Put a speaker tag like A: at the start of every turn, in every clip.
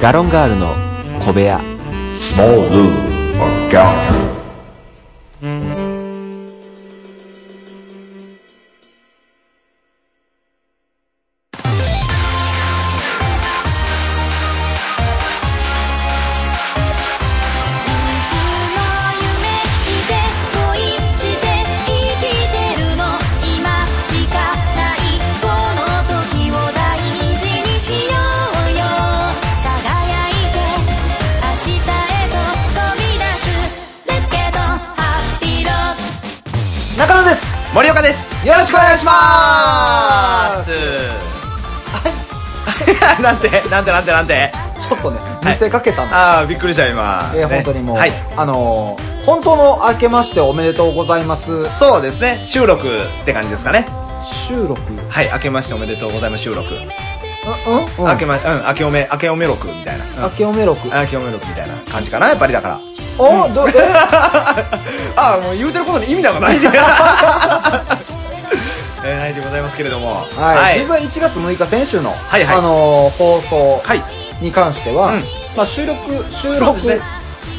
A: ガロンガールの小部屋
B: Small Lou or Gallo.
C: いつも夢見て恋して生きてるの今しかないこの時を大事にしようよ輝いて明日へと飛び出す Let's get on Happy Road
D: 中野です
E: 森岡ですよろしくお願いしますはいなんてなんてなんてなんて
D: ちょっとね
E: い
D: 見せかけたの、
E: ああびっくりした今
D: えー
E: ね
D: 本当にもう、
E: はい
D: あのー本当の明けましておめでとうございます
E: そうですね収録って感じですかね
D: 収録うん
E: はい明けましておめでとうございます収録
D: うん、うん、
E: 明けまうん明けおめ明けおめ録みたいな
D: 明けおめ録
E: うん明けおめ録みたいな感じかなやっぱりだから
D: おどえ
E: ああもう言うてることに意味なんかないね えーないでございますけれども
D: は、
E: はいい
D: 実は1月6日先週の、
E: いはい
D: あのー放送
E: はい
D: に関しては、
E: うん
D: まあ、収録収
E: そう
D: 録
E: ですね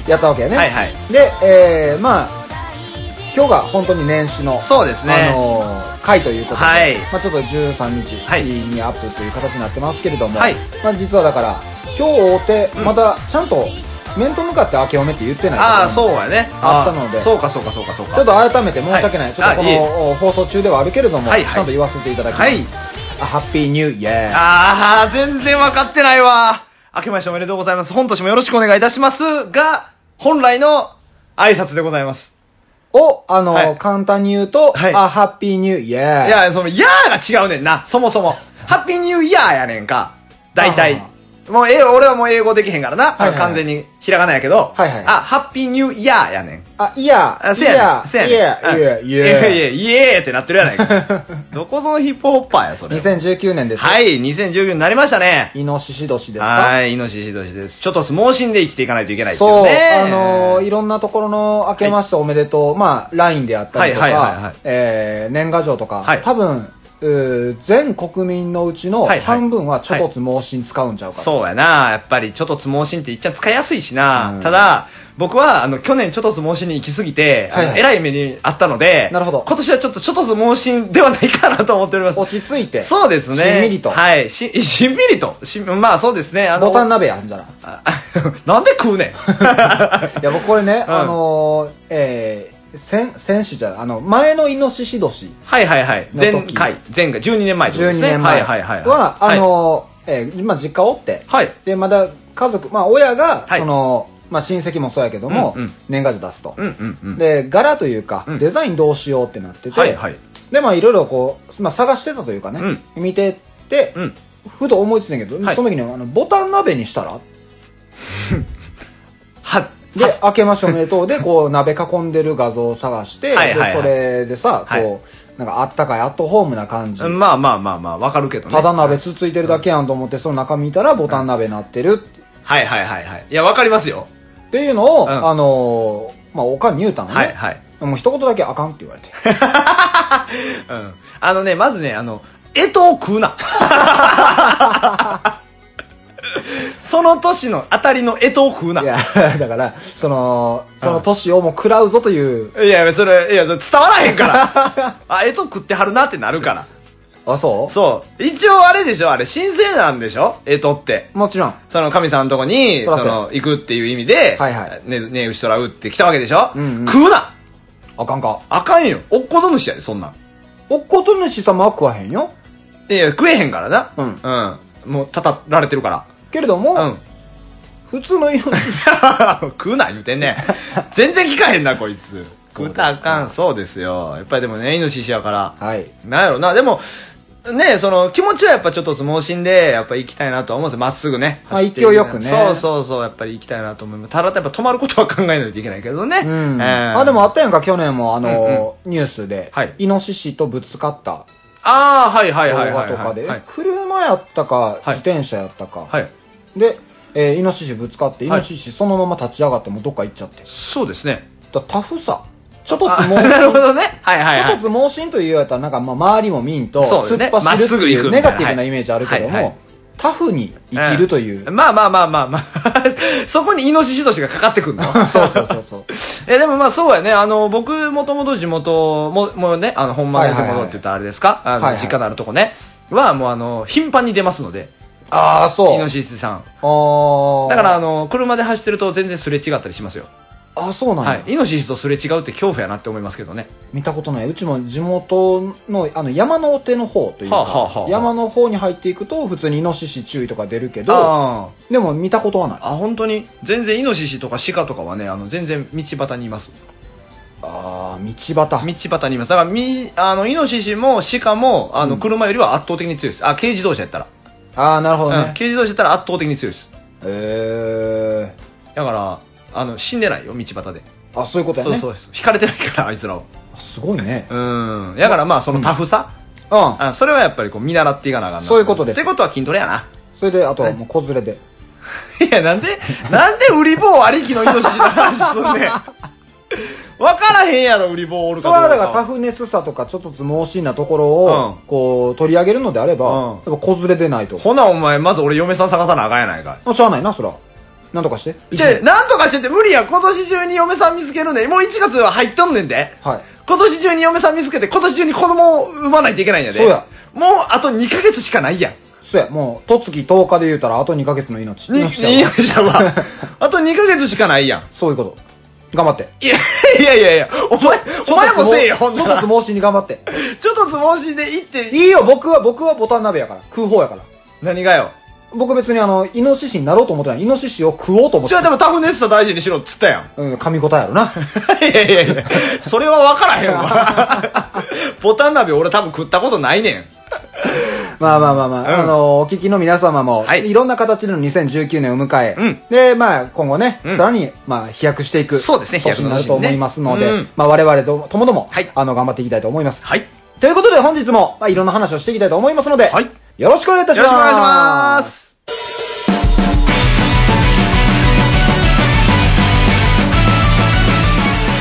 D: やったわけやね、
E: はいはい
D: で、えー、まあ今日が本当に年始の、
E: そうですね
D: あのー回ということで、
E: はい
D: まあ、ちょっと13
E: はい
D: 日にアップという形になってますけれども、
E: はい
D: まあ、実はだから今日追って
E: うん
D: またちゃんと面と向かって明けおめって言ってないところも
E: ああそうやね
D: あったので
E: あーそうかそうかそうかそうか
D: ちょっと改めて申し訳な
E: はい
D: い、ちょっとこ
E: あいえ
D: のお放送中ではあるけれども、
E: はいはい
D: ちゃんと言わせていただきます、
E: はい
D: あハッピーニューイヤー
E: ああ、全然わかってないわ。明けましておめでとうございます。本年もよろしくお願いいたしますが、本来の挨拶でございます。
D: を、あの、
E: はい
D: 簡単に言うと、
E: はい
D: あ、ハッピーニューイヤー。
E: いや、その、やーが違うねんな、そもそも。ハッピーニューイヤーやねんか。大体
D: あ。
E: もう、え、俺はもう英語できへんからな。
D: はいはい
E: 完全にひらがなやけど。
D: はいはい
E: あ、ハッピーニューイヤーやねん。
D: あ、いや、
E: あ、
D: い
E: せや
D: や、
E: ねん。せや
D: い
E: ねん。
D: や、いや、
E: うん
D: いや、 いや、
E: イエーイエーってなってるやない か。どこぞのヒップホッパーや、それ。
D: 2019年です。。
E: はいい、2019になりましたね。
D: イノシシ年ですか
E: はい、イノシシ年です。ちょっと相撲心で生きていかないといけないです
D: そ
E: よ
D: う、
E: ね。
D: あのーいろんなところの明けましておめでとう、まあ、LINE であったりと
E: はいはいはいは
D: か
E: い、
D: えー年賀状とか、
E: はい
D: 多分、うー全国民のうちの
E: はいはい
D: 半分はちょっと盲信使うんちゃうか
E: そうやな。やっぱり、ちょっとつ盲信って言っちゃ使いやすいしな。
D: うん
E: ただ、僕は、あの、去年ちょっとつ盲信に行き過ぎて、
D: はいはい
E: あのえらい目にあったので、
D: なるほど
E: 今年はちょっとちょっとつ盲信ではないかなと思っております。
D: 落ち着いて、
E: そうですね。
D: しんみりと
E: はい。し、しんみりと。しまあそうですね。あの、
D: ボタン鍋やんじゃない。
E: あ なんで食うねん。
D: いや、僕これね、
E: うん
D: あのーえー、先、先週じゃない、あの、前のイノシシ年。
E: はいはいはい。
D: の
E: 前
D: 時
E: 回、前回、12年前ってことで
D: 12
E: すね。
D: 年前
E: はいはいはい。
D: は、あ、の、えー今実家おって、
E: はい。
D: で、まだ家族、まあ親が、
E: はい
D: その、まあ親戚もそうやけども
E: うんうん、
D: 年賀状出すと
E: う。んうんうん。
D: で、柄というか
E: う、ん
D: デザインどうしようってなって
E: はい
D: て
E: は、い。
D: で、まあいろいろこう、まあ探してたというかね、見てって、
E: うん。
D: ふと思いついたんやけど、
E: はい
D: その時にあのボタン鍋にしたら
E: は、
D: で、明けましておめでとうで、こう、鍋囲んでる画像を探して、
E: はいはいはい
D: で、それでさ、
E: はい
D: こう、なんかあったかいアットホームな感じ。
E: まあまあまあまあ、わかるけどね。
D: ただ鍋つついてるだけやんと思って、その中見たらボタン鍋なってる
E: はいはいはいはい。いや、わかりますよ。
D: っていうの
E: う
D: を、
E: ん
D: あのーまあ、おかんに言うたのね。
E: はいはい。
D: もう一言だけあかんって言われて。
E: うん。あのね、まずね、あの、えとを食うな。 その年の当たりのえとを食うな。
D: い
E: いや、
D: や、 だから、その、その年をもう食らうぞという、
E: いやそれ、いや、それ伝わらへんから。 あ、えと食ってはるなってなるから。
D: あ、そう
E: そう。一応あれでしょあれ、神聖なんでしょえとって。
D: もちろん。
E: その神さんのとこに、
D: そ
E: そ
D: らそうや
E: の、行くっていう意味で、
D: はいはい
E: ね、ね、牛とらうって来たわけでしょ、
D: うんうん
E: 食うな
D: あかんか。
E: あかんよ。おっこと主やで、そんなん。
D: おっこと主様は食わへんよ。
E: いや、食えへんからな。
D: うん。
E: うん。もう、たたられてるから。
D: けれども、
E: うん。
D: 普通のイノシシ。
E: 食うな言うてんねん。全然聞かへんな、こいつ。食うたらあかん、そうですよ。やっぱりでもね、イノシシやから。
D: はい。
E: なんやろな、でも、ねその、気持ちはやっぱちょっと盲信で、やっぱ行きたいなとは思うんですよ。まっすぐね。
D: まあ
E: 走っていく
D: 勢いよくね
E: そうそうそう、やっぱり行きたいなと思います。ただやっぱ止まることは考えないといけないけどね。
D: うん。
E: えー
D: あ、でもあったやんか、去年もあの、ニュースで、
E: はい
D: イノシシとぶつかった
E: あーはいはい
D: 動
E: はいは
D: 画
E: い。
D: とかで、
E: はい。
D: 車やったか、
E: い
D: 自転車やったか。
E: はい。
D: で、えーイノシシぶつかって、イ
E: はい
D: ノシシそのまま立ち上がってもうどっか行っちゃって。
E: そうですね。
D: だタフさ。ちょっとつ
E: あ、
D: 盲信。
E: なるほどね。はいはい
D: ち
E: は
D: ょ
E: い。
D: っとつ盲信というよりは、なんかまあ周りも見んと、
E: そう
D: 突
E: ね
D: っ走るって
E: まっすぐ行
D: いう
E: く
D: ネガティブなイメージあるけど
E: はいはい
D: も、タフに生きるという。
E: まあまあまあまあ まあ。そこにイノシシ年がかかって くんの。
D: そうそうそう そう。
E: え、でもまあそうやね。あの、僕、もともと地元、も、もうね、あの、本間の地
D: はいはい
E: 元
D: は
E: っ
D: い
E: て言ったらあれですか、
D: はい
E: あ
D: は
E: の、
D: い
E: 実家のあるとこね。は、もうあの、頻繁に出ますので、
D: ああ、そう。
E: イノシシさん。
D: ああ。
E: だから、あ、の、車で走ってると全然すれ違ったりしますよ。
D: あそうなんや、
E: はい。イノシシとすれ違うって恐怖やなって思いますけどね。
D: 見たことない。うちも地元の、あの、山のお手の方というか、
E: はあはあはあ
D: 山の方に入っていくと、普通にイノシシ注意とか出るけど、
E: あ
D: でも見たことはない。
E: あ。あ、本当に全然イノシシとかシカとかはね、あの、全然道端にいます。
D: ああ、道端。
E: 道端にいます。だから、み、あの、イノシシもシカも、あの、車よりは圧倒的に強いです。あ、軽自動車やったら。
D: ああ、なるほど
E: うん
D: ね。
E: 軽自動車やったら圧倒的に強いです。
D: え
E: だから、あの、死んでないよ、道端で。
D: ー。あ、そういうことや
E: そう
D: ね。
E: そうそう。引かれてないから、あいつらを。
D: あすごいね。
E: うん。だからまあ、そのタフさ。
D: うん。
E: あそれはやっぱりこう、見習っていかなあかんな
D: そういうことです
E: ってことは筋トレやな。
D: それで、あとはもう子連れで。
E: いや、なんで、なんで売り棒ありきのイノシシの話すんねん。わからへんやろ、売り棒おる
D: そ
E: か
D: れ
E: どうか。
D: はだからタフネスさとかちょっとず盲信なところ
E: うん
D: を、こう、取り上げるのであれ
E: うん
D: ば、やっぱ子連れでないと。
E: ほな、お前、まず俺嫁さん探さなあかんやないか
D: しゃあないな、そら。なんとかして。
E: い。じゃあ、なんとかしてって無理や。今年中に嫁さん見つけるねん。もう1月は入っとんねんで。
D: はい。
E: 今年中に嫁さん見つけて、今年中に子供を産まないといけないんやで。
D: そうや。
E: もうあと2ヶ月しかないやん。
D: そうや、もう、とつき10日で言うたら、あと2ヶ月の命。
E: に、
D: 命ちゃうわ
E: に、じゃは。あと2ヶ月しかないやん。
D: そういうこと。頑張って。
E: いや、いやいやいや、お前、お前もせえよ、
D: ちょ
E: ほ
D: っ
E: ん
D: と
E: な
D: ず
E: ら
D: つ。盲信に頑張って。
E: ちょっと相撲しで行って、
D: いいよ、僕は、僕はボタン鍋やから。食う方やから。
E: 何がよ。
D: 僕別にあの、イノシシになろうと思ってない。イノシシを食おうと思
E: じ
D: って
E: ゃあでもタフネスさ大事にしろっつったやん。
D: うん、噛み応えやろな。
E: いやいやいや、それは分からへんわ。ボタン鍋俺多分食ったことないねん。
D: まあまあまあまあ、
E: うん
D: あの、お聞きの皆様も、
E: はい
D: い、ろんな形での2019年を迎え、
E: うん
D: で、まあ今後ね、
E: うん
D: さらに、まあ飛躍していく、
E: そうですね飛躍
D: 年
E: の年ね
D: になると思いますので、
E: うん
D: まあ我々とともども、
E: はい
D: あの、頑張っていきたいと思います。
E: はい。よ
D: ということで本日も、まあいろんな話をしていきたいと思いますので、
E: はい
D: よろしくお願いいた
E: ろ
D: し
E: し
D: ま
E: くお願い
D: す。
E: します。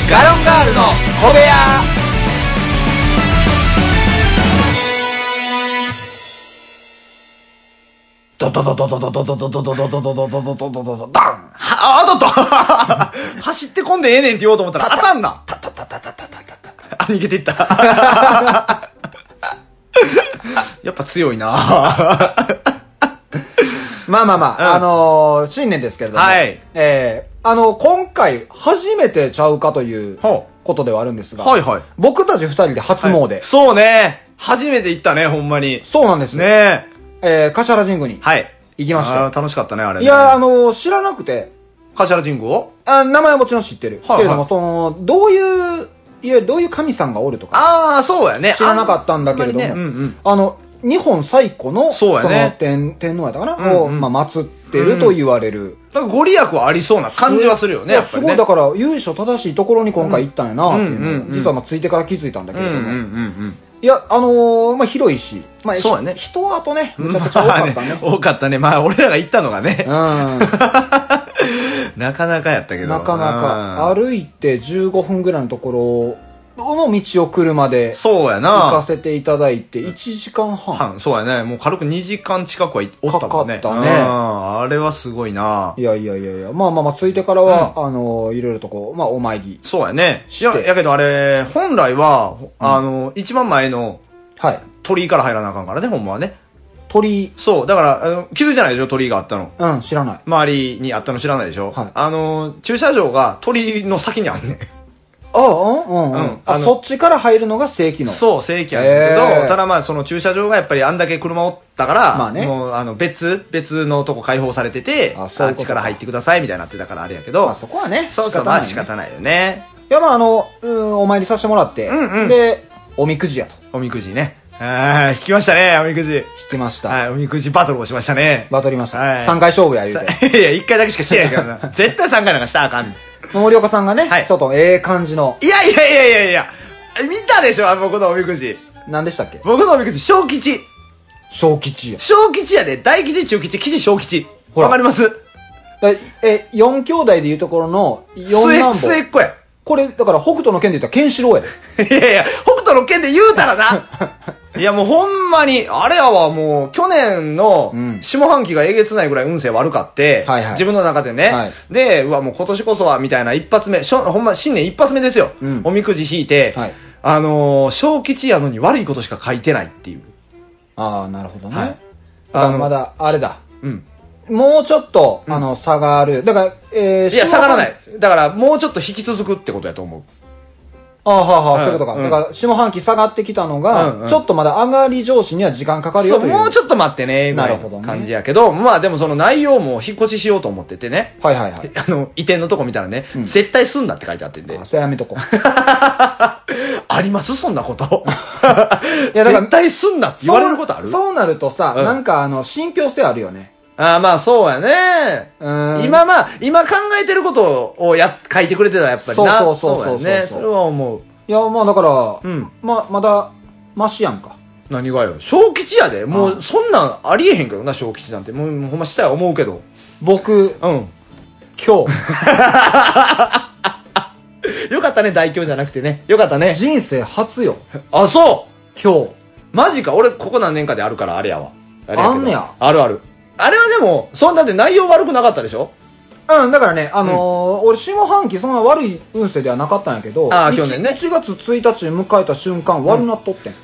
E: ガロンガールの小部屋
D: ドドドドドドドドドドドドドドドドドドドドダン
E: は、あ、当たった 走ってこんでええねんって言おうと思ったら当たんな
D: タタタタタタタタタ
E: あ、逃げ ていった。やっぱ強いな
D: まあまあまあ、
E: うん
D: あのー、新年ですけれども、
E: はい
D: えー、あの、今回初めてちゃうかという
E: ほう
D: ことではあるんですが、
E: はいはい
D: 僕たち二人で初詣、
E: そうね。初めて行ったね、ほんまに。
D: そうなんですね。
E: ねえ。
D: えー、柏原神宮に
E: はい。
D: 行きまし
E: あー
D: た。
E: 楽しかったね、あれ、
D: い
E: ね。
D: やー、あのー、知らなくて、
E: 柏神宮を
D: あ名前はもちろん知ってる。
E: はいはい
D: けれども、その、どういう、いわゆるどういう神さんがおるとか、
E: ああ、そうやね。
D: 知らなかったんだけれども、
E: あんまりねうんうん。
D: あの、日本最古の、
E: そうやね
D: の天、天皇やったかな、
E: うんうん
D: を、まあ、祀ってると言われる。
E: なんかご利益はありそうな感じはするよね、
D: い
E: や
D: や
E: っ
D: す
E: ぱり
D: ご
E: ね。
D: い、だから、由緒正しいところに今回行ったんやな、ってい
E: う
D: う
E: んう
D: の
E: んうん
D: を、実はまあ、ついてから気づいたんだけ
E: う
D: れ
E: ん
D: ど
E: うん
D: も。
E: うん
D: いや、あのー、まあ、広いし、まあ、
E: そうやね
D: 人はあとね、
E: うん。
D: むちゃくちゃ多かった
E: まあ
D: ね。
E: 多かったね。まあ、俺らが行ったのがね、
D: うん。
E: なかなかやったけど。
D: なかな
E: うん
D: か歩いて15分ぐらいのところの道を車で
E: そうや
D: 行か
E: な。
D: せていただいて1時間半
E: 半そうやね。もう軽く2時間近くはいおったもんね。
D: かかったね。
E: うんあれはすごいない
D: やいやいやいやまあまあまあついてからは、あのいろいろとこうまあお参り
E: そうやね。い
D: して
E: や、やけどあれ、本来は、あの、一番前の
D: はい
E: 鳥居から入らなあかんからね、ほんまはね。
D: 鳥
E: そう。だから、あの気づいてないでしょ、鳥居があったの。
D: うん知らない
E: 周りにあったの知らないでしょ、
D: はい
E: あのー、駐車場が鳥居の先にあ んねん。
D: ああうんうん、う
E: うん
D: ん、
E: あ
D: あ
E: の
D: そっちから入るのが正規の
E: そう、正規やねんけど、
D: へー
E: ただまあ、その駐車場がやっぱりあんだけ車おったから、
D: まあね
E: もう、あの、別、別のとこ開放されてて、
D: あそういうこ
E: っ
D: とか
E: ちから入ってくださいみたいになってたからあれやけ
D: ま
E: ど、
D: あそこはね
E: そうそう、
D: な
E: まあ
D: いね
E: 仕方ないよね。
D: いやまああのうんお参りさせてもらって、
E: うんうん
D: でおみくじやと
E: おみくじね。ああ、引きましたね、おみくじ。
D: 引きました、
E: はい、おみくじバトルをしましたね。
D: バトりました、
E: はい
D: 3回勝負や言うて
E: さいや、一回だけしかしてない からな。絶対参加なんかしたらあかん。
D: 森岡さんがね、
E: はい
D: ちょっとええ感じの
E: いやいやいやいやいや、見たでしょ、あ僕のおみくじ。
D: 何でしたっけ
E: 僕のおみくじ、小吉。
D: 小吉や
E: 小吉やで、大吉、中吉、吉、小吉。
D: ほら
E: わかります
D: だえ、4兄弟でいうところの4
E: 末
D: 男
E: 末
D: 坊。
E: っ子や。
D: これ、だから北斗の剣で言ったらケンシロウやで。
E: いやいや、北斗の剣で言うたら ないやもうほんまに、あれやわもう、去年の
D: うん
E: 下半期がえげつないぐらい運勢悪かって、
D: はいはい
E: 自分の中でね、
D: はい
E: で、うわもう今年こそは、みたいな一発目、しょほんま新年一発目ですよ。
D: うん
E: おみくじ引いて、
D: はい
E: あのー小吉やのに悪いことしか書いてないっていう。
D: ああ、なるほどね。
E: はい
D: だから
E: あの
D: まだ、あれだ。
E: うん。
D: もうちょっと、あの、差がある。だから、えー、
E: いや、
D: 下
E: 下
D: 半
E: がらない。だから、もうちょっと引き続くってことやと思う。
D: ああ、はあ、
E: う
D: はあ、
E: ん
D: そういうこと
E: う
D: か。
E: ん
D: だから、下半期下がってきたの
E: うんう
D: が
E: ん、
D: ちょっとまだ上がり上司には時間かかるよ
E: そう、
D: という。
E: もうちょっと待ってね、ぐらい
D: なるほど
E: の
D: ね
E: 感じやけど、まあでもその内容も引っ越ししようと思っててね。
D: はいはいはい。
E: あの、移転のとこ見たらね、
D: ん
E: 絶対すんなって書いてあってんで
D: あ、。それやめとこう。。
E: ありますそんなこと
D: いやだから
E: 絶対すんなって言われることある
D: そうそうなるとさ、
E: うん
D: なんかあの、信憑性あるよね。
E: あーまあそうやね。
D: うーん。
E: 今まあ、今考えてることをや、書いてくれてたらやっぱりな。
D: そうそうそうそうそう
E: やね。それは思う。
D: いや、まあだから、
E: うん
D: ま、まだ、マシやんか。
E: 何がよ。小吉やで。も
D: あ
E: う、そんなんありえへんけどな、小吉なんて。もう、もうほんましたい思うけど。
D: 僕、
E: うん。
D: 今
E: よかったね、大凶じゃなくてね。よかった
D: 日、
E: ね。
D: 人生初よ。
E: あ、そう
D: 今日。
E: マジか、俺、ここ何年かであるから、あれやわ。あれけど
D: あんねや
E: あるある。あれはでも、そんなんで内容悪くなかったでしょ
D: うん、だからね、あのー俺、下半期そんな悪い運勢ではなかったんやけど、
E: あー去年ね
D: 1, 月1日に迎えた瞬間、悪なっとってん。
E: い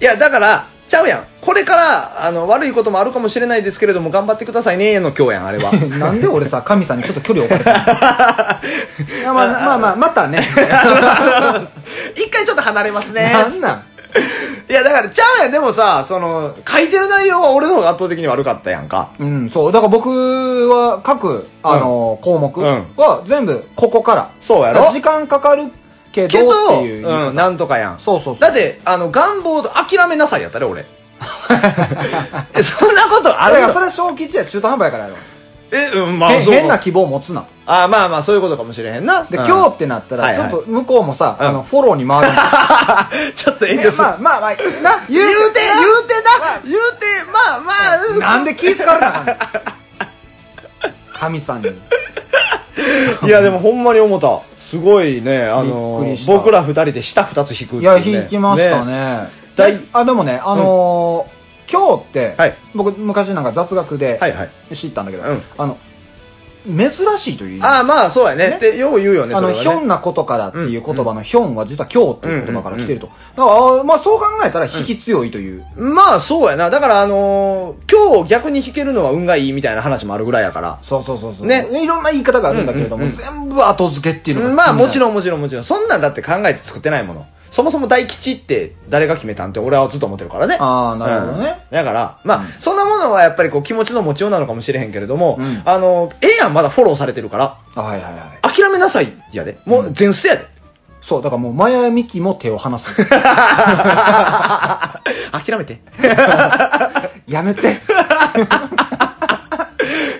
E: や、だから、ちゃうやん。これから、あの、悪いこともあるかもしれないですけれども、頑張ってくださいね、の今日やん、あれ は。
D: なんで俺さ、神さんにちょっと距離置かれてん のいやまあまあまあ、またね。
E: 一回ちょっと離れます ね。
D: なんなん
E: いや、だから、ちゃうやん。でもさ、その、書いてる内容は俺の方が圧倒的に悪かったやんか。
D: うん、そう。だから僕は各、あのー項目
E: うん
D: は全部ここから。
E: そうやろ
D: 時間かかるけど
E: けど
D: っていう、
E: うん、なんとかやん。
D: そうそうそう。
E: だって、あの、願望と諦めなさいやったね、 俺。えそんなことあ
D: あ
E: る
D: れが、そ
E: よ
D: れは小吉や中途半端やからやろ。
E: え、うん、まあ、
D: へ
E: そう。
D: 変な希望を持つな。
E: あまあまあ、そういうことかもしれへんな。
D: で、
E: うん
D: 今日ってなった
E: は
D: ら、
E: い
D: ちょ
E: はい
D: っと向こうもさ、
E: うん
D: あの、フォローに回るんだ
E: ちょっと
D: い
E: 炎上
D: や
E: する。
D: まあまあまあ、な、
E: 言
D: 言
E: う
D: う
E: て、言うてな、言うて、まあまあ、うん
D: なんで気使わなあ かんの神さんに。
E: いや、でもほんまに思った。すごいね、あ
D: び
E: の
D: っくりし、た
E: 僕ら二人で下二つ引くってう
D: い
E: ね
D: や、引きました。ね。
E: だ
D: で
E: い
D: あ、でもね、あのー、今日って、
E: はい
D: 僕昔なんか雑学で
E: はいはい。
D: 知ったんだけど、
E: うん
D: あの、珍しいという意味。
E: ああ、まあ、そうやね。
D: ね
E: って、よう言うよね、
D: あ
E: そ
D: の、
E: れ
D: ひょ
E: はね。
D: んなことからっていう言葉のひょんは実は今日っていう言葉から来てると。だから、あーまあそう考えたら引き強いという。
E: まあ、そうやな。だから、あのー、今日逆に引けるのは運がいいみたいな話もあるぐらいやから。
D: そうそうそうそう。
E: ね
D: いろんな言い方があるんだけれども、
E: うんうんうん
D: 全部後付けっていうのが。
E: まあ、もち
D: ん。
E: ろんもちろんもちろん。そんなんだって考えて作ってないもの。そもそも大吉って誰が決めたんって俺はずっと思ってるからね。
D: ああ、なるほどね。
E: うんだから、まあ、そんなものはやっぱりこう気持ちの持ちようなのかもしれへんけれども、
D: うん
E: あの、ええやん、まだフォローされてるから、
D: あはいはいはい。
E: 諦めなさいやで。もう全捨てやで。
D: そう、だからもう、マヤミキも手を離す。
E: 諦めて。
D: やめて。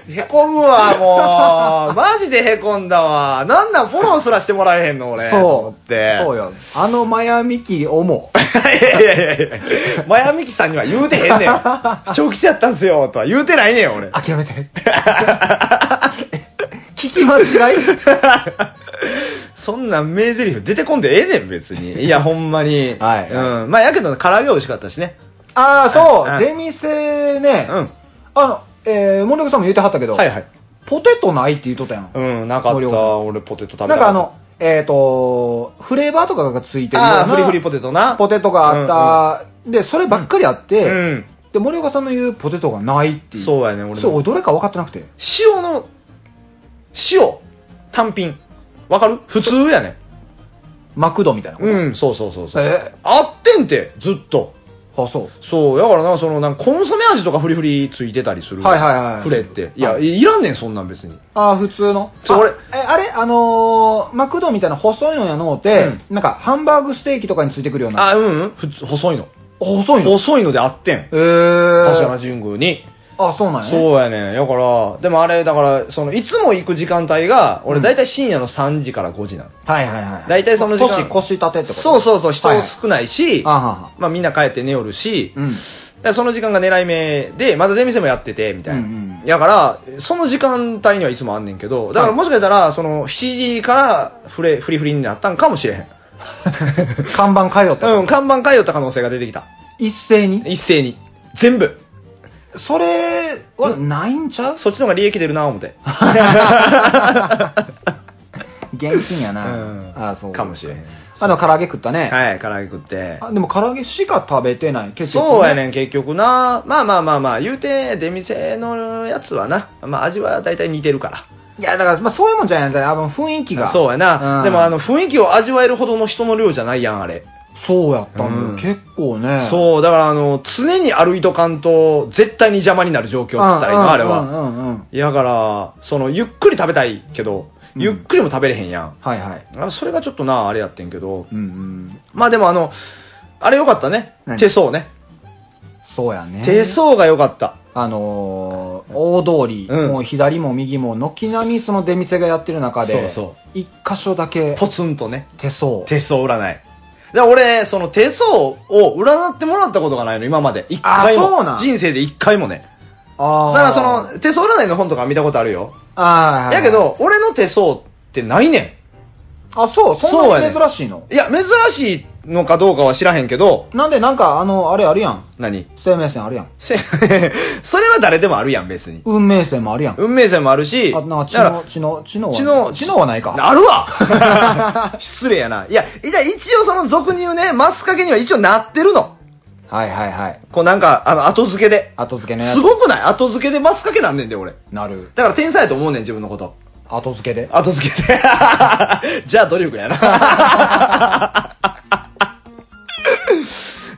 E: へこむわ、もう。マジでへこんだわ。なんなんフォローすらしてもらえへんの、俺。
D: そ
E: っ
D: う。
E: て。
D: そうよ。あのマヤミキをも。
E: いやいやいやいや。マヤミキさんには言うてへんねん。 正吉やったんすよ、とは言うてないねん、俺。
D: 諦めて。 聞き間 違い
E: そんな名台詞出てこんでええねん、別に。いや、ほんまに。
D: はいは
E: うん。まあ、やけど、唐揚げ美味しかったしね。
D: ああ、そうう。
E: ん
D: 出店ね。
E: うん。
D: あの、えー、森岡さんも言ってはったけど、
E: はいはい。
D: ポテトないって言っとったやん。
E: うん、なかっ
D: 森岡さ
E: た。俺、ポテト食べた
D: なん
E: かっ
D: か
E: た
D: あの、えっ、と、フレーバーとかがついてるよう
E: あ
D: な
E: あ、フリフリポテトな。
D: ポテトがあった、で、そればっかりあって、
E: うん。
D: で、森岡さんの言うポテトがないっていう。
E: そうやね、俺
D: そう、
E: も
D: 俺。どれか分かってなくて。
E: 塩の、塩、単品。わかる普通やね。
D: マクドみたいなこと。
E: うん、そうそうそうそう。
D: え
E: 合ってんて、ずっと。
D: ー、あ、そう。
E: そう、だからな、その、なんかコンソメ味とかフリフリついてたりする。
D: はいはいはい
E: フレって。いや、、
D: はい
E: らんねん、そんなん別に。
D: ああ、普通の。
E: そう
D: あ
E: 俺
D: え、あれあのー、マクドみたいな細いのやのうて、なんか、ハンバーグステーキとかについてくるような。あ、
E: あ、うん、うん、ふつ細いの。
D: 細いの
E: 細いので合ってん。
D: えー。
E: 柏神宮に。
D: あ、そうなんや、ね。う。
E: そうやねん。だから、でもあれ、だから、その、いつも行く時間帯が、俺、だいたい深夜の3時から5時なの。
D: はいはいはい。
E: 大体その時間
D: 腰、腰立てってこと
E: そうそうそう、人
D: はいはい
E: 少ないし、
D: あはは。
E: まあみんな帰って寝よるし、
D: うん。
E: でその時間が狙い目で、まだ出店もやってて、みたいな。
D: うんうん
E: だから、その時間帯にはいつもあんねんけど、だからもしかしたら、その、7時からフレ、フリフリになったんかもしれへん。
D: 看板変えよった、
E: うん、看板変えよった可能性が出てきた。
D: 一斉に
E: 一斉に。全部。
D: それはないんちゃう
E: そっちの方が利益出るな、思って。
D: 現金や
E: うん
D: な、ああそう
E: かもしれへん。
D: あの唐揚げ食ったね、
E: はい、唐揚げ食って。
D: あでも唐揚げしか食べてない結局、
E: そうやねん、結局な。まあまあまあまあ、言うて、出店のやつはな、まあ味は大体似てるか
D: いやだから、まあ、そういうもんじゃないんだよあの雰囲気
E: ら。
D: が
E: そうやな。
D: うん
E: でもあの、雰囲気を味わえるほどの人の量じゃないやん、あれ。
D: そうやったんだよ、
E: うん
D: 結構ねう
E: そう、だからあの、常に歩いとかんと、絶対に邪魔になる状況って言ったらいいの、あれ
D: うん
E: は。
D: うんうんうん
E: いやだから、その、ゆっくり食べたいけど、ゆっくりも食べれへんやん。
D: はいはい
E: あそれがちょっとな、あれやってんけど。
D: うんうん
E: まあでもあの、あれよかったね。
D: 何
E: 手相ね。
D: そうやね
E: 手相がよかった。
D: あのー、大通り、
E: うん
D: もう左も右も軒並みその出店がやってる中で
E: そうそ
D: 一箇所だけ
E: ポツンとね。
D: 手相
E: 手相占い。で、俺、その手相を占ってもらったことがないの、今まで。一回
D: あそう
E: も
D: な。ん
E: 人生で一回もね。だ
D: あー
E: からその、手相占いの本とか見たことあるよ。
D: あー
E: やけど、俺の手相ってないね
D: あそうそ
E: そうやね
D: んなに珍しいの、
E: ん。いや、珍しいのかどうかは知らへんけど、
D: なんでなんかあのあれあるやん
E: 何
D: 生命線あるやん
E: せ それは誰でもあるやん、別に。
D: 運命線もあるやん
E: 運命線もあるし、
D: あなんか知
E: だから
D: 能、知能、知能は
E: 知能
D: 知能はないか。
E: あるわ 失礼やな。いや、いや一応その俗に言うね、マス掛けには一応なってるの。
D: はいはいはい。
E: こうなんか、あの、後付けで。
D: 後付けのやつ
E: す。ごくない後付けでマス掛けなんねんで、俺。
D: なる。
E: だから天才やと思うねん、自分のこと。
D: 後付けで。
E: 後付けで。 じゃあ努力やな。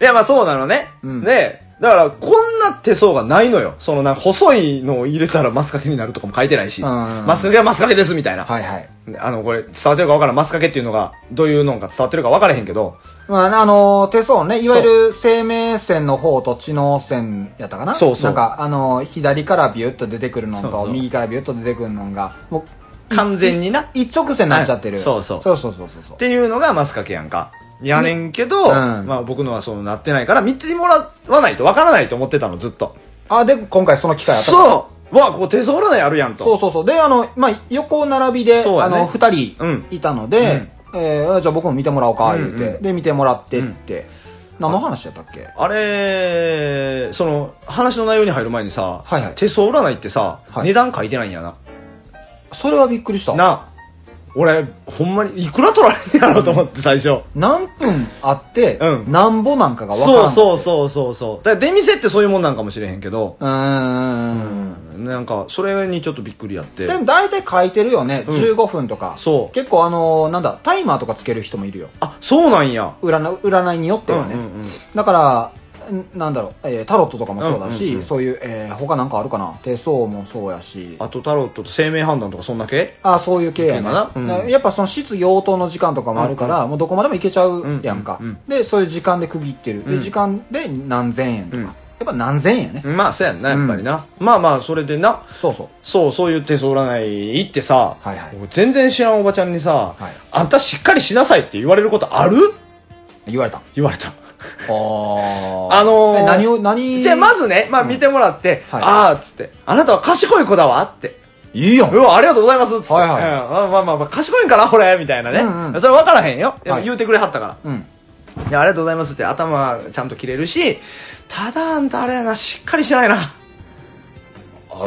E: いや、まあそうなのね。
D: うん
E: で、だから、こんな手相がないのよ。そのな、細いのを入れたらマス掛けになるとかも書いてないし、
D: うん
E: マス掛けはマス掛けですみたいな。
D: はいはい。
E: あの、これ、伝わってるか分からん。マス掛けっていうのが、どういうのか伝わってるか分からへんけど、
D: まあ、あのー、手相ね、いわゆる生命線の方と知能線やったかな
E: そうそう
D: なんか、あのー、左からビュッと出てくるのと、
E: そうそう
D: 右からビュッと出てくるのが、もう、
E: 完全にな。っ
D: 一直線になっちゃってる。
E: はいそうそう
D: そうそうそうそうそう。
E: ていうのがマス掛けやんか。やねんけど、
D: うん
E: まあ僕のはそうなってないから、見てもらわないと分からないと思ってたの、ずっと。
D: あ、で、今回その機会あったから
E: そうわ、ここ手相占いあるやんと。
D: そうそうそう。で、あの、まあ、横並びで、
E: そうや
D: あ
E: ね
D: の、二人いたので、えーじゃあ僕も見てもらおうか、言うて、
E: うんうん
D: で、見てもらってって。何の話やったっけ
E: あれ、その、話の内容に入る前にさ、
D: はいはい
E: 手相占いってさ、
D: はい
E: 値段書いてないんやな。
D: それはびっくりした。
E: な、俺、ほんまに、いくら取られんねやろうと思 って、最初。
D: 何分あって、
E: うん
D: なんぼなんかが分から
E: そ
D: ん。
E: うそうそうそうそう。だから出店ってそういうもんなんかもしれへんけど、
D: う。うーん。
E: なんか、それにちょっとびっくりやって
D: で。も大体書いてるよね。
E: うん
D: 15分とか。
E: そう
D: 結構あのーなんだ、タイマーとかつける人もいるよ。
E: あ、そうなんや。
D: 占占いによって
E: うんう
D: は
E: ん
D: ね。
E: うん。
D: だから、んなんだろう、えータロットとかもそうだし、
E: うんうんうん
D: そういう、えー他なんかあるかな。手相もそうやし。
E: あとタロットと生命判断とかそんだけ
D: あそういう系やね
E: 系かなうん
D: だからやっぱその質応答の時間とかもあるから、もうどこまでもいけちゃうやんか、
E: うんうん
D: でそういう時間で区切ってる、
E: う
D: で
E: ん
D: 時間で何千円とか、
E: うん
D: やっぱ何千円やね、
E: まあ、そうやんな、やっぱりな。まあまあ、それでな、
D: そうそう
E: そう、そういう手相占い行ってさ、
D: はいはい
E: 僕全然知らんおばちゃんにさ、
D: はい
E: あんたしっかりしなさいって言われることある
D: 言われたあ
E: 言われた。
D: あ
E: あのー
D: 何を何
E: じゃあまずね、まあ
D: うん
E: 見てもらって、
D: はい
E: ああ、つって、あなたは賢い子だわって。
D: いいよ
E: うわ、ありがとうございます、つって。
D: はいはい
E: うんまあまあまあまあ、賢いんかな、これ、みたいなね。
D: うんうん
E: それ分からへんよ。でも
D: はい
E: 言うてくれはったから。
D: うん
E: いや、ありがとうございますって、頭ちゃんと切れるし、ただあんたあれやな、しっかりしないな。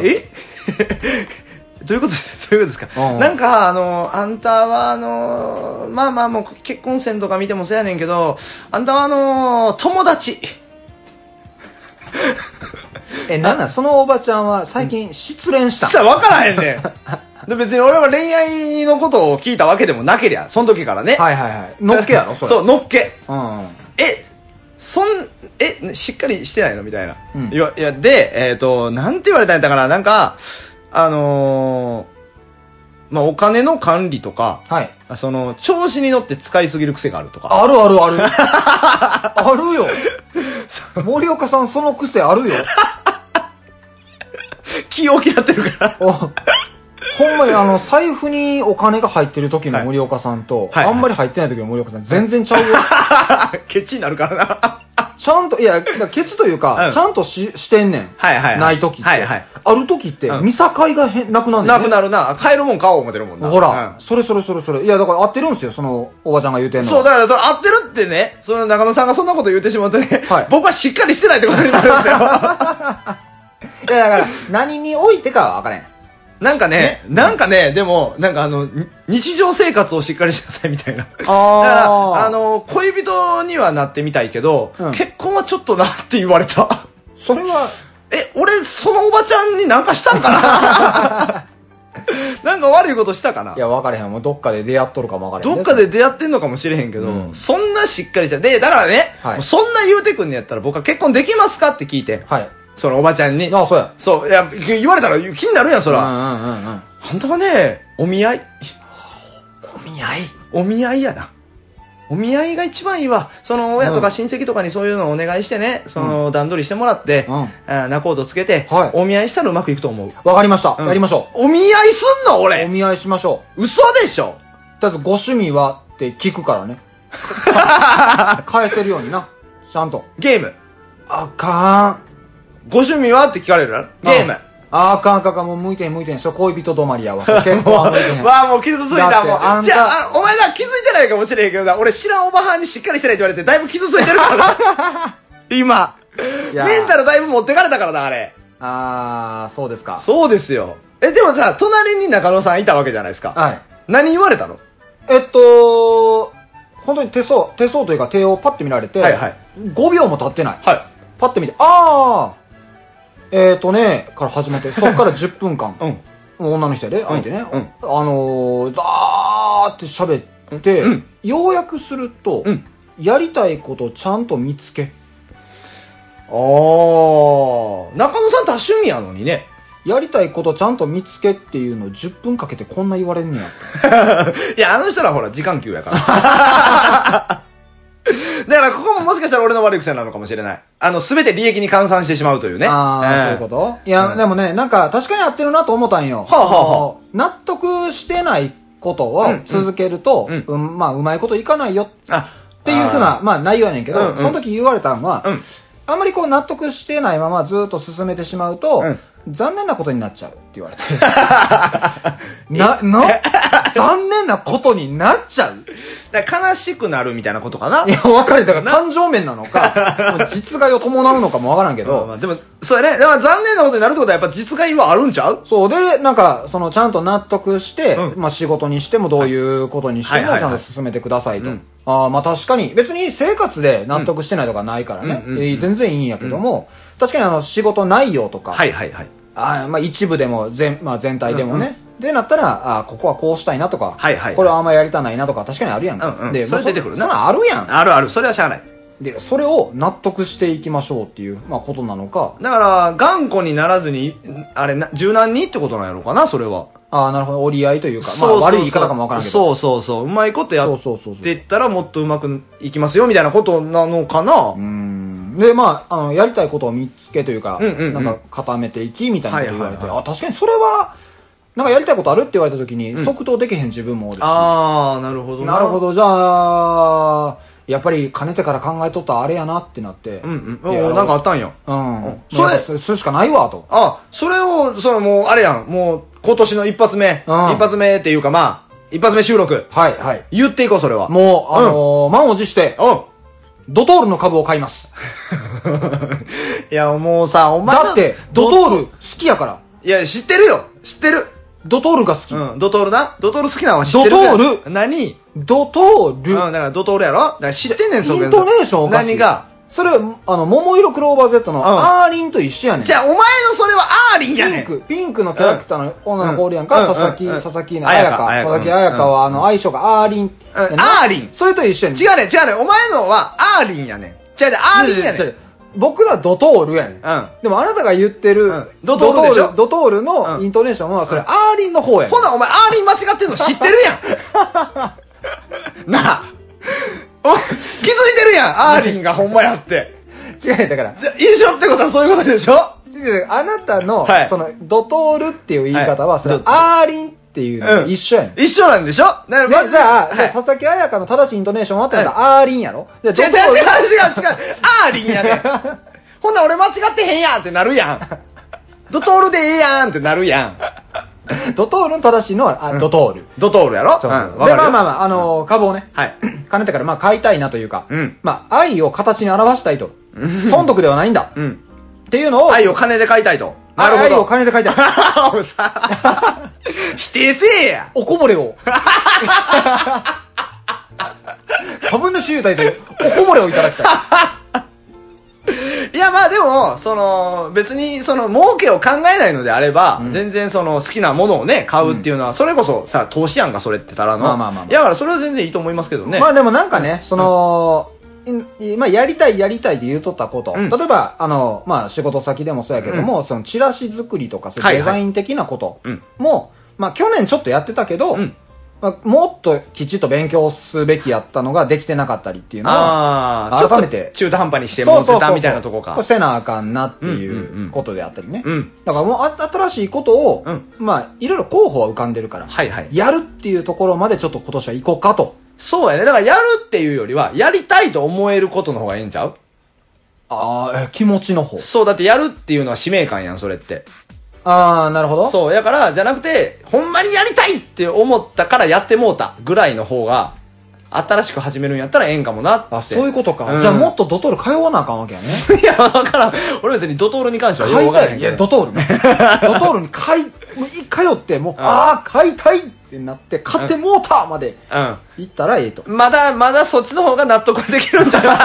E: え どういうことどういうことですか、
D: うんうん
E: なんか、あの、あんたは、あの、まあまあもう結婚戦とか見てもそうやねんけど、あんたはあの、友達。
D: えなんなんそのおばちゃんは最近失恋した、
E: したら分からへんねん。 で別に俺は恋愛のことを聞いたわけでもなけりゃ、その時からね。
D: はいはいはいのっけやろそれ
E: そう、のっけ。
D: うんうん
E: え、そん、え、しっかりしてないのみたいな。
D: うん
E: いや、いや、で、えっ、と、なんて言われたんやったかな、なんか、あのーまあ、お金の管理とか、
D: はい
E: その、調子に乗って使いすぎる癖があるとか。
D: あるあるあ るあるよ森岡さんその癖あるよ
E: 気を嫌ってるから。
D: おほんまにあの、財布にお金が入ってる時の森岡さんと、
E: はいはい
D: あんまり入ってない時の森岡さん、全然ちゃうよ。
E: ケチになるからな。
D: ちゃんと、いや、だからケチというか、
E: うん
D: ちゃんとししてんねん。
E: はい はいはい
D: ない時って。
E: はいはい
D: ある時って、
E: うん
D: 見境がへんなくなんねんね
E: なくなるな。買えるもん買おう思ってるもんな。
D: ほら、
E: うん
D: それそれそれそれ。いや、だから合ってるんですよ、その、おばちゃんが言うてんのは。
E: そう、だから、それ合ってるってね、その中野さんがそんなこと言ってしまってね、
D: はい
E: 僕はしっかりしてないってことになるんですよ。
D: いや、だから、何においてかは分からへん。
E: なんかね、なんかね、でも、なんかあの、に日常生活をしっかりしなさいみたいな。だから、あの、恋人にはなってみたいけど、
D: うん
E: 結婚はちょっとなって言われた。
D: それは、
E: え、俺、そのおばちゃんになんかしたんかな なんか悪いことしたかない
D: や、分からへん。もうどっかで出会っとるかも分からへ
E: ど
D: ん。
E: っかで出会ってんのかもしれへんけど、
D: うん
E: そんなしっかりした。で、だからね、
D: はい
E: もうそんな言うてくんのやったら僕は結婚できますかって聞いて、
D: はい。
E: そのおばちゃんに。
D: あ、そうや。
E: そう、いや、言われたら気になるやん、そら。
D: うんうんうんうん。
E: あんたはね、お見合い。
D: お見合い
E: お見合いやな。お見合いが一番いいわ。その親とか親戚とかにそういうのをお願いしてね、その段取りしてもらって、
D: うん
E: あー仲人つけて、
D: はい
E: お見合いしたらうまくいくと思う。
D: わかりました。
E: うん
D: やりましょ
E: お見合いすんの
D: う。お
E: 俺
D: 見合いしましょ
E: 嘘でしょ
D: う。とりあえず、ご趣味はって聞くから ね。返せるようにな。ちゃんと。
E: ゲーム。
D: あかん。
E: ご趣味はって聞かれるなゲーム。
D: ああかんあかんあかん。もう向いてへん向いてへん。それ恋人止まり やわ。それ結構あんまりいけへん。
E: わあ、もう傷つい、
D: だったて
E: も
D: あん
E: う。
D: た
E: じゃあ、あお前な、気づいてないかもしれへんけどな、俺知らんおばはんにしっかりしてないって言われて、だいぶ傷ついてるから な。今。
D: いや
E: メンタルだいぶ持ってかれたからな、あれ。
D: あー、そうですか。
E: そうですよ。え、でもさ、隣に中野さんいたわけじゃないですか。
D: はい。
E: 何言われたの
D: えっと、本当に手相、手相というか手をパッて見られて、
E: はいはい
D: 5秒も経ってない。
E: は
D: パッて見て、ああえっ、とね、から始 めて、そっから10分間、
E: うん。
D: 女の人やで、相手ね、
E: うん
D: あのー、ザーって喋って、
E: うん
D: ようやくすると、
E: うん
D: やりたいことちゃんと見つけ。
E: あー、中野さん多趣味やのにね。
D: やりたいことちゃんと見つけっていうのを10分かけてこんな言われんねや。
E: いや、あの人らほら、時間給やから。だ から、ここももしかしたら俺の悪い癖なのかもしれない。あの、すべて利益に換算してしまうというね。。
D: ああ、そういうことといや、
E: うん
D: でもね、なんか確かに合ってるなと思ったんよ。
E: はあはあは
D: あの納得してないことを
E: うん
D: 続けると、
E: うん
D: うんまあ、うまいこといかないよっ
E: あ、
D: ていうふうな、まあ、内容やねんけど、
E: うんうん
D: その時言われたのは、
E: うん
D: あんまりこう納得してないままずっと進めてしまうと、
E: うん
D: 残念なことになっちゃうって 言われて。な、な、残念なことになっちゃう。
E: だから悲しくなるみたいなことかない
D: や、分かれたから感情面なのか、もう実害を伴うのかもわからんけど、
E: まあでも、そうやね。だから残念なことになるってことはやっぱ実害はあるんちゃう
D: そうで、なんか、その、ちゃんと納得して、
E: うん
D: まあ仕事にしてもどういうことにして
E: はい
D: も、ち
E: はいはい
D: ゃ
E: は
D: ん
E: い
D: と進めてくださいと。
E: うん
D: ああ、まあ確かに、別に生活で納得してないとかないからね、
E: うんうんうん
D: えー全然いいんやけども、確かにあの、仕事内容とか、
E: はいはいはい。
D: ああまあ一部でも全、まあ全体でもね、でなったら、ああ、ここはこうしたいなとか、
E: はいはい
D: これはあんまやりたないなとか、確かにあるやんか。
E: うんうん
D: で、
E: それ
D: まあ
E: 出てくるな
D: そんなんあるやん。
E: あるある。それはしゃあない。
D: で、それを納得していきましょうっていう、まあことなのか、
E: だから、頑固にならずに、あれな、柔軟にってことなんやろうかな、それは。
D: ああ、なるほど、折り合いというか、
E: そうそうそう
D: まあ悪い言い方かもわからんけど。
E: そうそうそう。うまいことや
D: そう
E: っ
D: そうそうそう。
E: てったらもっとうまくいきますよ、みたいなことなのかな。
D: うーんで、まあ、あの、やりたいことを見つけというか、
E: うんうんうん
D: なんか固めていき、みたいなこと言われて、
E: はいはいはい
D: あ、確かにそれは、なんかやりたいことあるって言われた時に、
E: ん
D: 即答できへん自分もおるし
E: あー、なるほど
D: なるほ。ど、じゃあ、やっぱりかねてから考えとったあれやなってなって。
E: うんうん。
D: いや
E: おなんかあったんや。
D: うん。
E: うん
D: そ
E: それ
D: れ、それしかないわ、と。
E: あ、それを、そのもう、あれやん。もう、今年の一発目。
D: うん
E: 一発目っていうかまあ、一発目収録。
D: はい、はい。
E: 言っていこう、それは。
D: もう、あのー満を持して、
E: うん。
D: ドトールの株を買います。
E: いや、もうさ、お前の
D: だって、ドトール好きやから。
E: いや、知ってるよ知ってる
D: ドトールが好き。
E: うん、ドトールなドトール好きなのは知ってる
D: ドトー
E: ル何
D: ドトー
E: う
D: ル。
E: ん、だからドトールやろだから知ってんねん、
D: イ
E: れ
D: ントネーションおかしい。
E: 何が
D: それ、あの、桃色クローバー Z の
E: ん
D: アーリンと一緒やねん。
E: じゃあ、お前のそれはアーリンや
D: ピ
E: ね
D: ン
E: ん
D: ク、ピンクのキャラクターの女の子おるやん
E: うん
D: か、佐々木、
E: うん
D: 佐々木の
E: 彩
D: 彩
E: 香
D: 香、
E: 彩香
D: 佐々木彩香は、あの、相性がアーリン。
E: アーリン
D: それと一緒やねん。
E: 違うねん、違うねん。お前のはアーリンやねん。違う違う、アーリンやねん。
D: 違う違う僕らドトールやねん。
E: うん
D: でもあなたが言ってる
E: ん、ドトールでしょ
D: ドトール
E: う
D: の
E: ん
D: イントネーションは、それアーリンの方やねん。
E: ほな、お前、アーリン間違ってんの知ってる やん。なあ。お気づいてるやん、アーリンがほんまやって。
D: 違うねんだから。
E: じゃ印象ってことはそういうことでしょ
D: 違う違うあなたの
E: はい、
D: その、ドトールっていう言い方
E: は
D: は、
E: い
D: それアーリンっていうのが一緒やねん。
E: 一緒なんでしょだから
D: ね
E: まず
D: じゃあ、
E: はい
D: じゃあ佐々木彩香の正しいイントネーションはってなったら、アーリンやろじゃあ
E: 違う違う違う違う違う
D: どこを
E: アーリンや ねんほんなら俺間違ってへんやんってなるやんドトールでええやんってなるやん
D: ドトールの正しいのは、あドトール。
E: ドトールやろ
D: そうそう
E: うん
D: で、
E: わかる
D: まあまあまあ、あのー株をね、
E: はい
D: 兼ねてからまあ買いたいなというか、
E: うん
D: まあ、愛を形に表した いと。損得ではないんだ。っ
E: うん
D: ていうのを、
E: 愛を金で買いたいとなるほど
D: 愛を金で買い たい。
E: おさ否定せえや
D: おこぼれ を。 多分の集体で、おこぼれをいただきたい。
E: いやまあでもその別にその儲けを考えないのであれば、全然その好きなものをね買うっていうのは、それこそさ投資やんかそれってたらの
D: まあまあまあまあ
E: いやだからそれは全然いいと思いますけどね、
D: まあでもなんかね、その、いまあ、やりたいやりたいで言うとったこと、
E: うん
D: 例えば、あの、まあ、仕事先でもそうやけども、その、チラシ作りとか、そういう
E: はいは
D: デ
E: い
D: ザイン的なこと
E: うん
D: も、まあ、去年ちょっとやってたけど、
E: うん
D: まあ、もっときちっと勉強すべきやったのができてなかったりっていうのは、
E: ああ
D: まあ
E: ちょっと
D: 改めて
E: 中途半端にして
D: そ
E: 持
D: う
E: っ
D: そう
E: て
D: そうそ
E: た
D: う
E: みたいなとこか
D: れせなあかんなって
E: うんうん
D: い
E: うん
D: うことであったりね。
E: うん
D: だからもう、あ新しいことを、
E: うん
D: まあ、いろいろ候補は浮かんでるから、
E: はいはい
D: やるっていうところまでちょっと今年は行こうかと。
E: そうやねだからやるっていうよりはやりたいと思えることの方がいいんちゃう
D: ああ、え気持ちの方。
E: そうだってやるっていうのは使命感やんそれって
D: ああ、なるほど。
E: そうやからじゃなくてほんまにやりたいって思ったからやってもうたぐらいの方が新しく始めるんやったらええんかもなって
D: あ、そういうことか。
E: うん
D: じゃあもっとドトール通わなあかんわけやね。
E: いや、わからん。俺別にドトールに関してはよ
D: 買
E: う
D: い
E: わから
D: た
E: へん
D: い。い
E: けど
D: や、ドトール ね。ドトールに買い、もう一回通って、もう、ああ、買いたいってなって、買ってもうたまで行ったらええと。
E: うん。まだ、まだそっちの方が納得できるん じゃないわ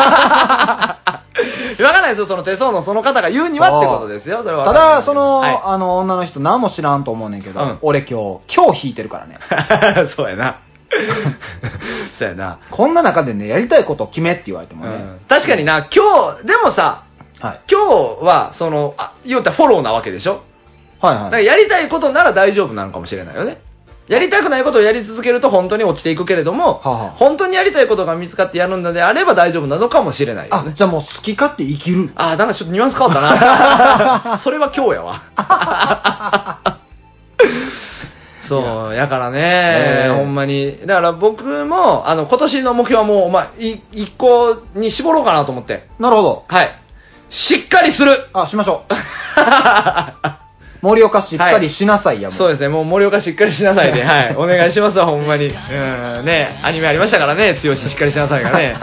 E: からないですよ、その手相のその方が言うにはってことですよ、それは。
D: ただ、その、
E: は
D: あの、女の人何も知らんと思うねんけど、
E: うん
D: 俺今日、今日弾いてるから ね。
E: い、 そうやな。 そうやな、
D: こんな中でね、やりたいことを決めって言われても
E: う
D: ね。
E: ん。確かにな、今日、でもさ、
D: はい。
E: 今日は、その、あ、言うたらフォローなわけでしょ
D: はい
E: だか
D: は
E: ら
D: い。
E: やりたいことなら大丈夫なのかもしれないよね。やりたくないことをやり続けると本当に落ちていくけれども、
D: はあはあ
E: 本当にやりたいことが見つかってやるのであれば大丈夫なのかもしれないよ
D: あ
E: ね、。
D: じゃあもう好き勝手生きる。
E: ああ、なんかちょっとニュアンス変わった な。それは今日やわ。そう、やからね、
D: え
E: ほんまに。だから僕も、あの、今年の目標はもう、まあ、い、一個に絞ろうかなと思って。
D: なるほど。
E: はい。しっかりする
D: あ、しましょ う。森岡しっかりしなさいや、もう
E: そうですね、もう森岡しっかりしなさ いね。はい。お願いしますわ、ほんまに。うん、ね、アニメありましたからね、剛しっかりしなさいがね。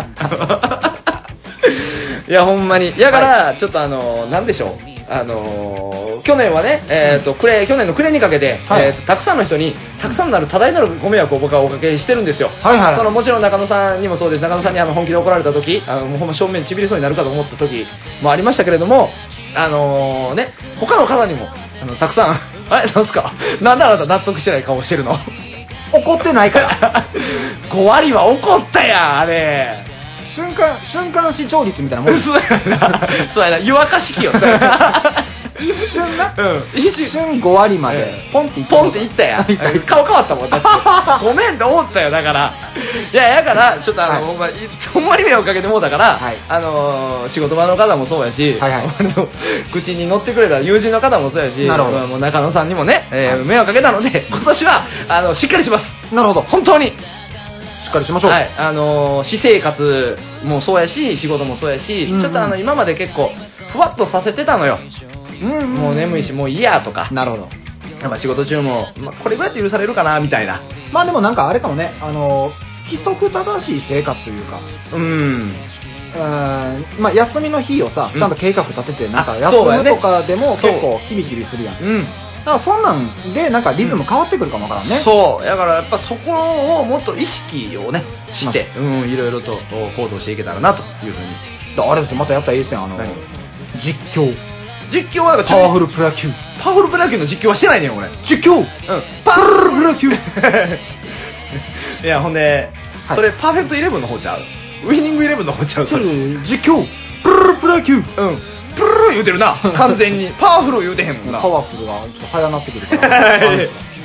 E: いや、ほんまに。やから、ちょっとあのー、なんでしょう。あのー、去年はね、えっ、と、暮れ、去年の暮れにかけて、
D: はい
E: えーと、たくさんの人に、たくさんなる多大なるご迷惑を僕はおかけしてるんですよ。
D: はいはい
E: その、もちろん中野さんにもそうです。中野さんにあの、本気で怒られた時、あの、もうほんま正面ちびりそうになるかと思った時もありましたけれども、あのー、ね、他の方にも、あの、たくさん、 あれ、なんすかなんであなた納得してない顔してるの
D: 怒ってないから。
E: 5割は怒ったやん、あれ。
D: 瞬間、瞬間視聴率みたいなも んです。
E: 嘘やな。そうやな、湯沸かし器よ。
D: 一瞬な。
E: うん
D: 一瞬5割まで
E: え、
D: ポンっていった。
E: ポンっていったやん顔変わったもんだっ てごめんって思ったよだからいややからちょっとあの、ほんまいほんまに迷惑かけてもうたから、
D: はい
E: あのー仕事場の方もそうやし、
D: はいはい
E: あの口に乗ってくれた友人の方もそうやし
D: なるほど
E: まあもう中野さんにもね、えー迷惑かけたの で今年はあのしっかりします
D: なるほど。
E: 本当に
D: しっかりしましょう。
E: はいあのー私生活もそうやし仕事もそうやし、
D: んうん
E: ちょっとあの今まで結構ふわっとさせてたのよ、
D: うんうん
E: もう眠いしもういいやとか
D: なるほど。
E: まあ仕事中も、まあ、これぐらいで許されるかなみたいな
D: まあでもなんかあれかもね、あの規則正しい生活というか、
E: うん
D: うーん、まあ休みの日をさ、ちゃんと計画立てて、なんか
E: あ
D: 休
E: そうだ
D: む
E: ね
D: とかでも
E: そう
D: 結構キビキビするやん。だ
E: うん、
D: からそんなんで、なんかリズム変わってくるかもわからんね。
E: そうだからやっぱそこをもっと意識をねして、うんいろいろとお行動していけたらなというふうに
D: だからあれですよ、またやったらいいですよ、あの
E: 何
D: 実況。
E: 実況はなんか
D: パワフ
E: ル
D: ルプロ野球。
E: パワフルプロ野球の実況はしてないねん俺うん
D: 実況
E: パ
D: パワフルプロ野球
E: いやほんで、
D: はい
E: それパーフェクトイレブンの方ちゃうウィニングイレブンの方ちゃうそれうん
D: 実況プルルプロ野球
E: プルル言うてる な完全にパワフル言うてへんもんな
D: パワフルがちょっと早なってくるからだか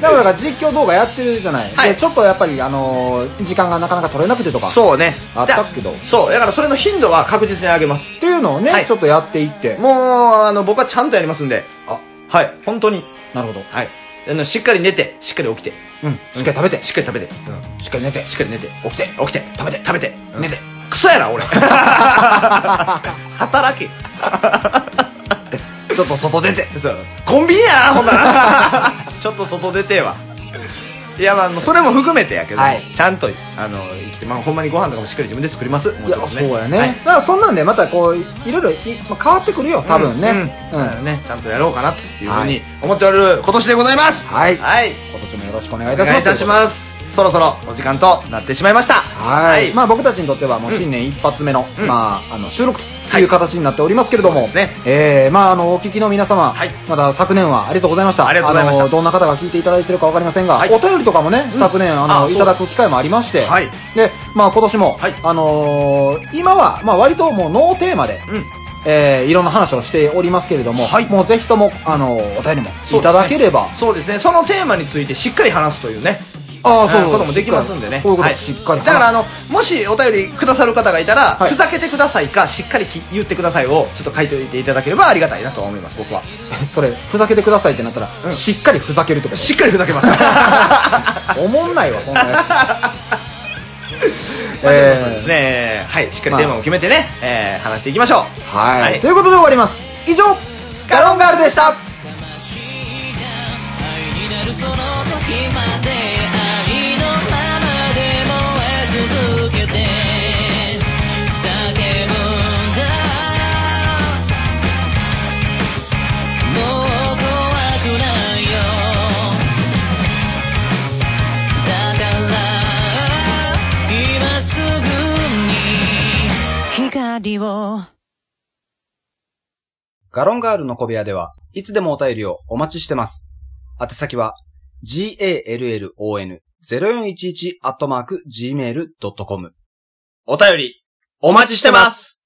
D: らなんか実況動画やってるじゃない、
E: はい
D: でちょっとやっぱり、あのー時間がなかなか取れなくてとか
E: そうね
D: あったけど
E: だそうだからそれの頻度は確実に上げます
D: っていうのをね、
E: はい
D: ちょっとやっていって
E: もうあの僕はちゃんとやりますんで
D: あ
E: はい本当に
D: なるほど
E: はいあのしっかり寝てしっかり起きて
D: うん、しっかり食べて、
E: しっかり食べて、
D: しっかり寝て、
E: しっかり寝て
D: 起きて、
E: 起きて
D: 食べて
E: 食べて、
D: 寝て。
E: クソやな 俺働け
D: ちょっと外出て。
E: そうコンビニや なほんならちょっと外出てえわいやまあもうそれも含めてやけど、
D: はい
E: ちゃんとあの生きて、まあ、ほんまにご飯とかもしっかり自分で作りますもち
D: いや、
E: ろんね
D: そうやね。
E: は
D: だからそんなんで、またこう、いろいろい、まあ、変わってくるよ、多分ね。
E: うん
D: うん
E: だからねちゃんとやろうかなっていうふう
D: は
E: に
D: い
E: 思っておる今年でございます
D: はい。今
E: はい
D: 年もよろしくお願い
E: お
D: いたしま
E: 願
D: す。
E: いいたしますそろそろお時間となってしまいました
D: は
E: はい
D: い、まあ、僕たちにとってはもう新年一発目の,、
E: うん
D: まあ、あの収録という形になっておりますけれども、
E: はいそうですね
D: えーまあ、あのお聞きの皆様、
E: はい
D: また昨年はありがとうございました
E: ありがとうございました
D: あのどんな方が聞いていただいてるか分かりませんが、
E: はい
D: お便りとかもね、昨年あの
E: あそう
D: いただく機会もありまして、
E: はい
D: でまあ、今年も、
E: はい
D: あのー今は、まあ、割ともうノーテーマで、
E: うん
D: えーいろんな話をしておりますけれども、
E: はい
D: もうぜひとも、あのお便りも
E: そうですね
D: いただければ、
E: そうですねそのテーマについてしっかり話すというね
D: あー
E: うんこともできますんでね
D: そういうこと
E: はい
D: をしっかり話す、
E: だからあのもしお便りくださる方がいたら、
D: はい
E: ふざけてくださいかしっかりき言ってくださいをちょっと書いておいていただければありがたいなと思います僕は
D: それふざけてくださいってなったら、
E: ん
D: しっかりふざけるってこ
E: しっかりふざけます
D: とおもんないわそんなやつ
E: まあでもそうで
D: え
E: すね、はいしっかりテーマも決めてね、えー話していきましょう
D: ーはい、
E: はい
D: ということで終わります以上ガロンガールでした
F: 続けて叫ぶんだもう怖くないよだから今すぐに光を
G: ガロンガールの小部屋では、いつでもお便りをお待ちしてます。宛先は、gallon0411-gmail.com。お便り、お待ちしてます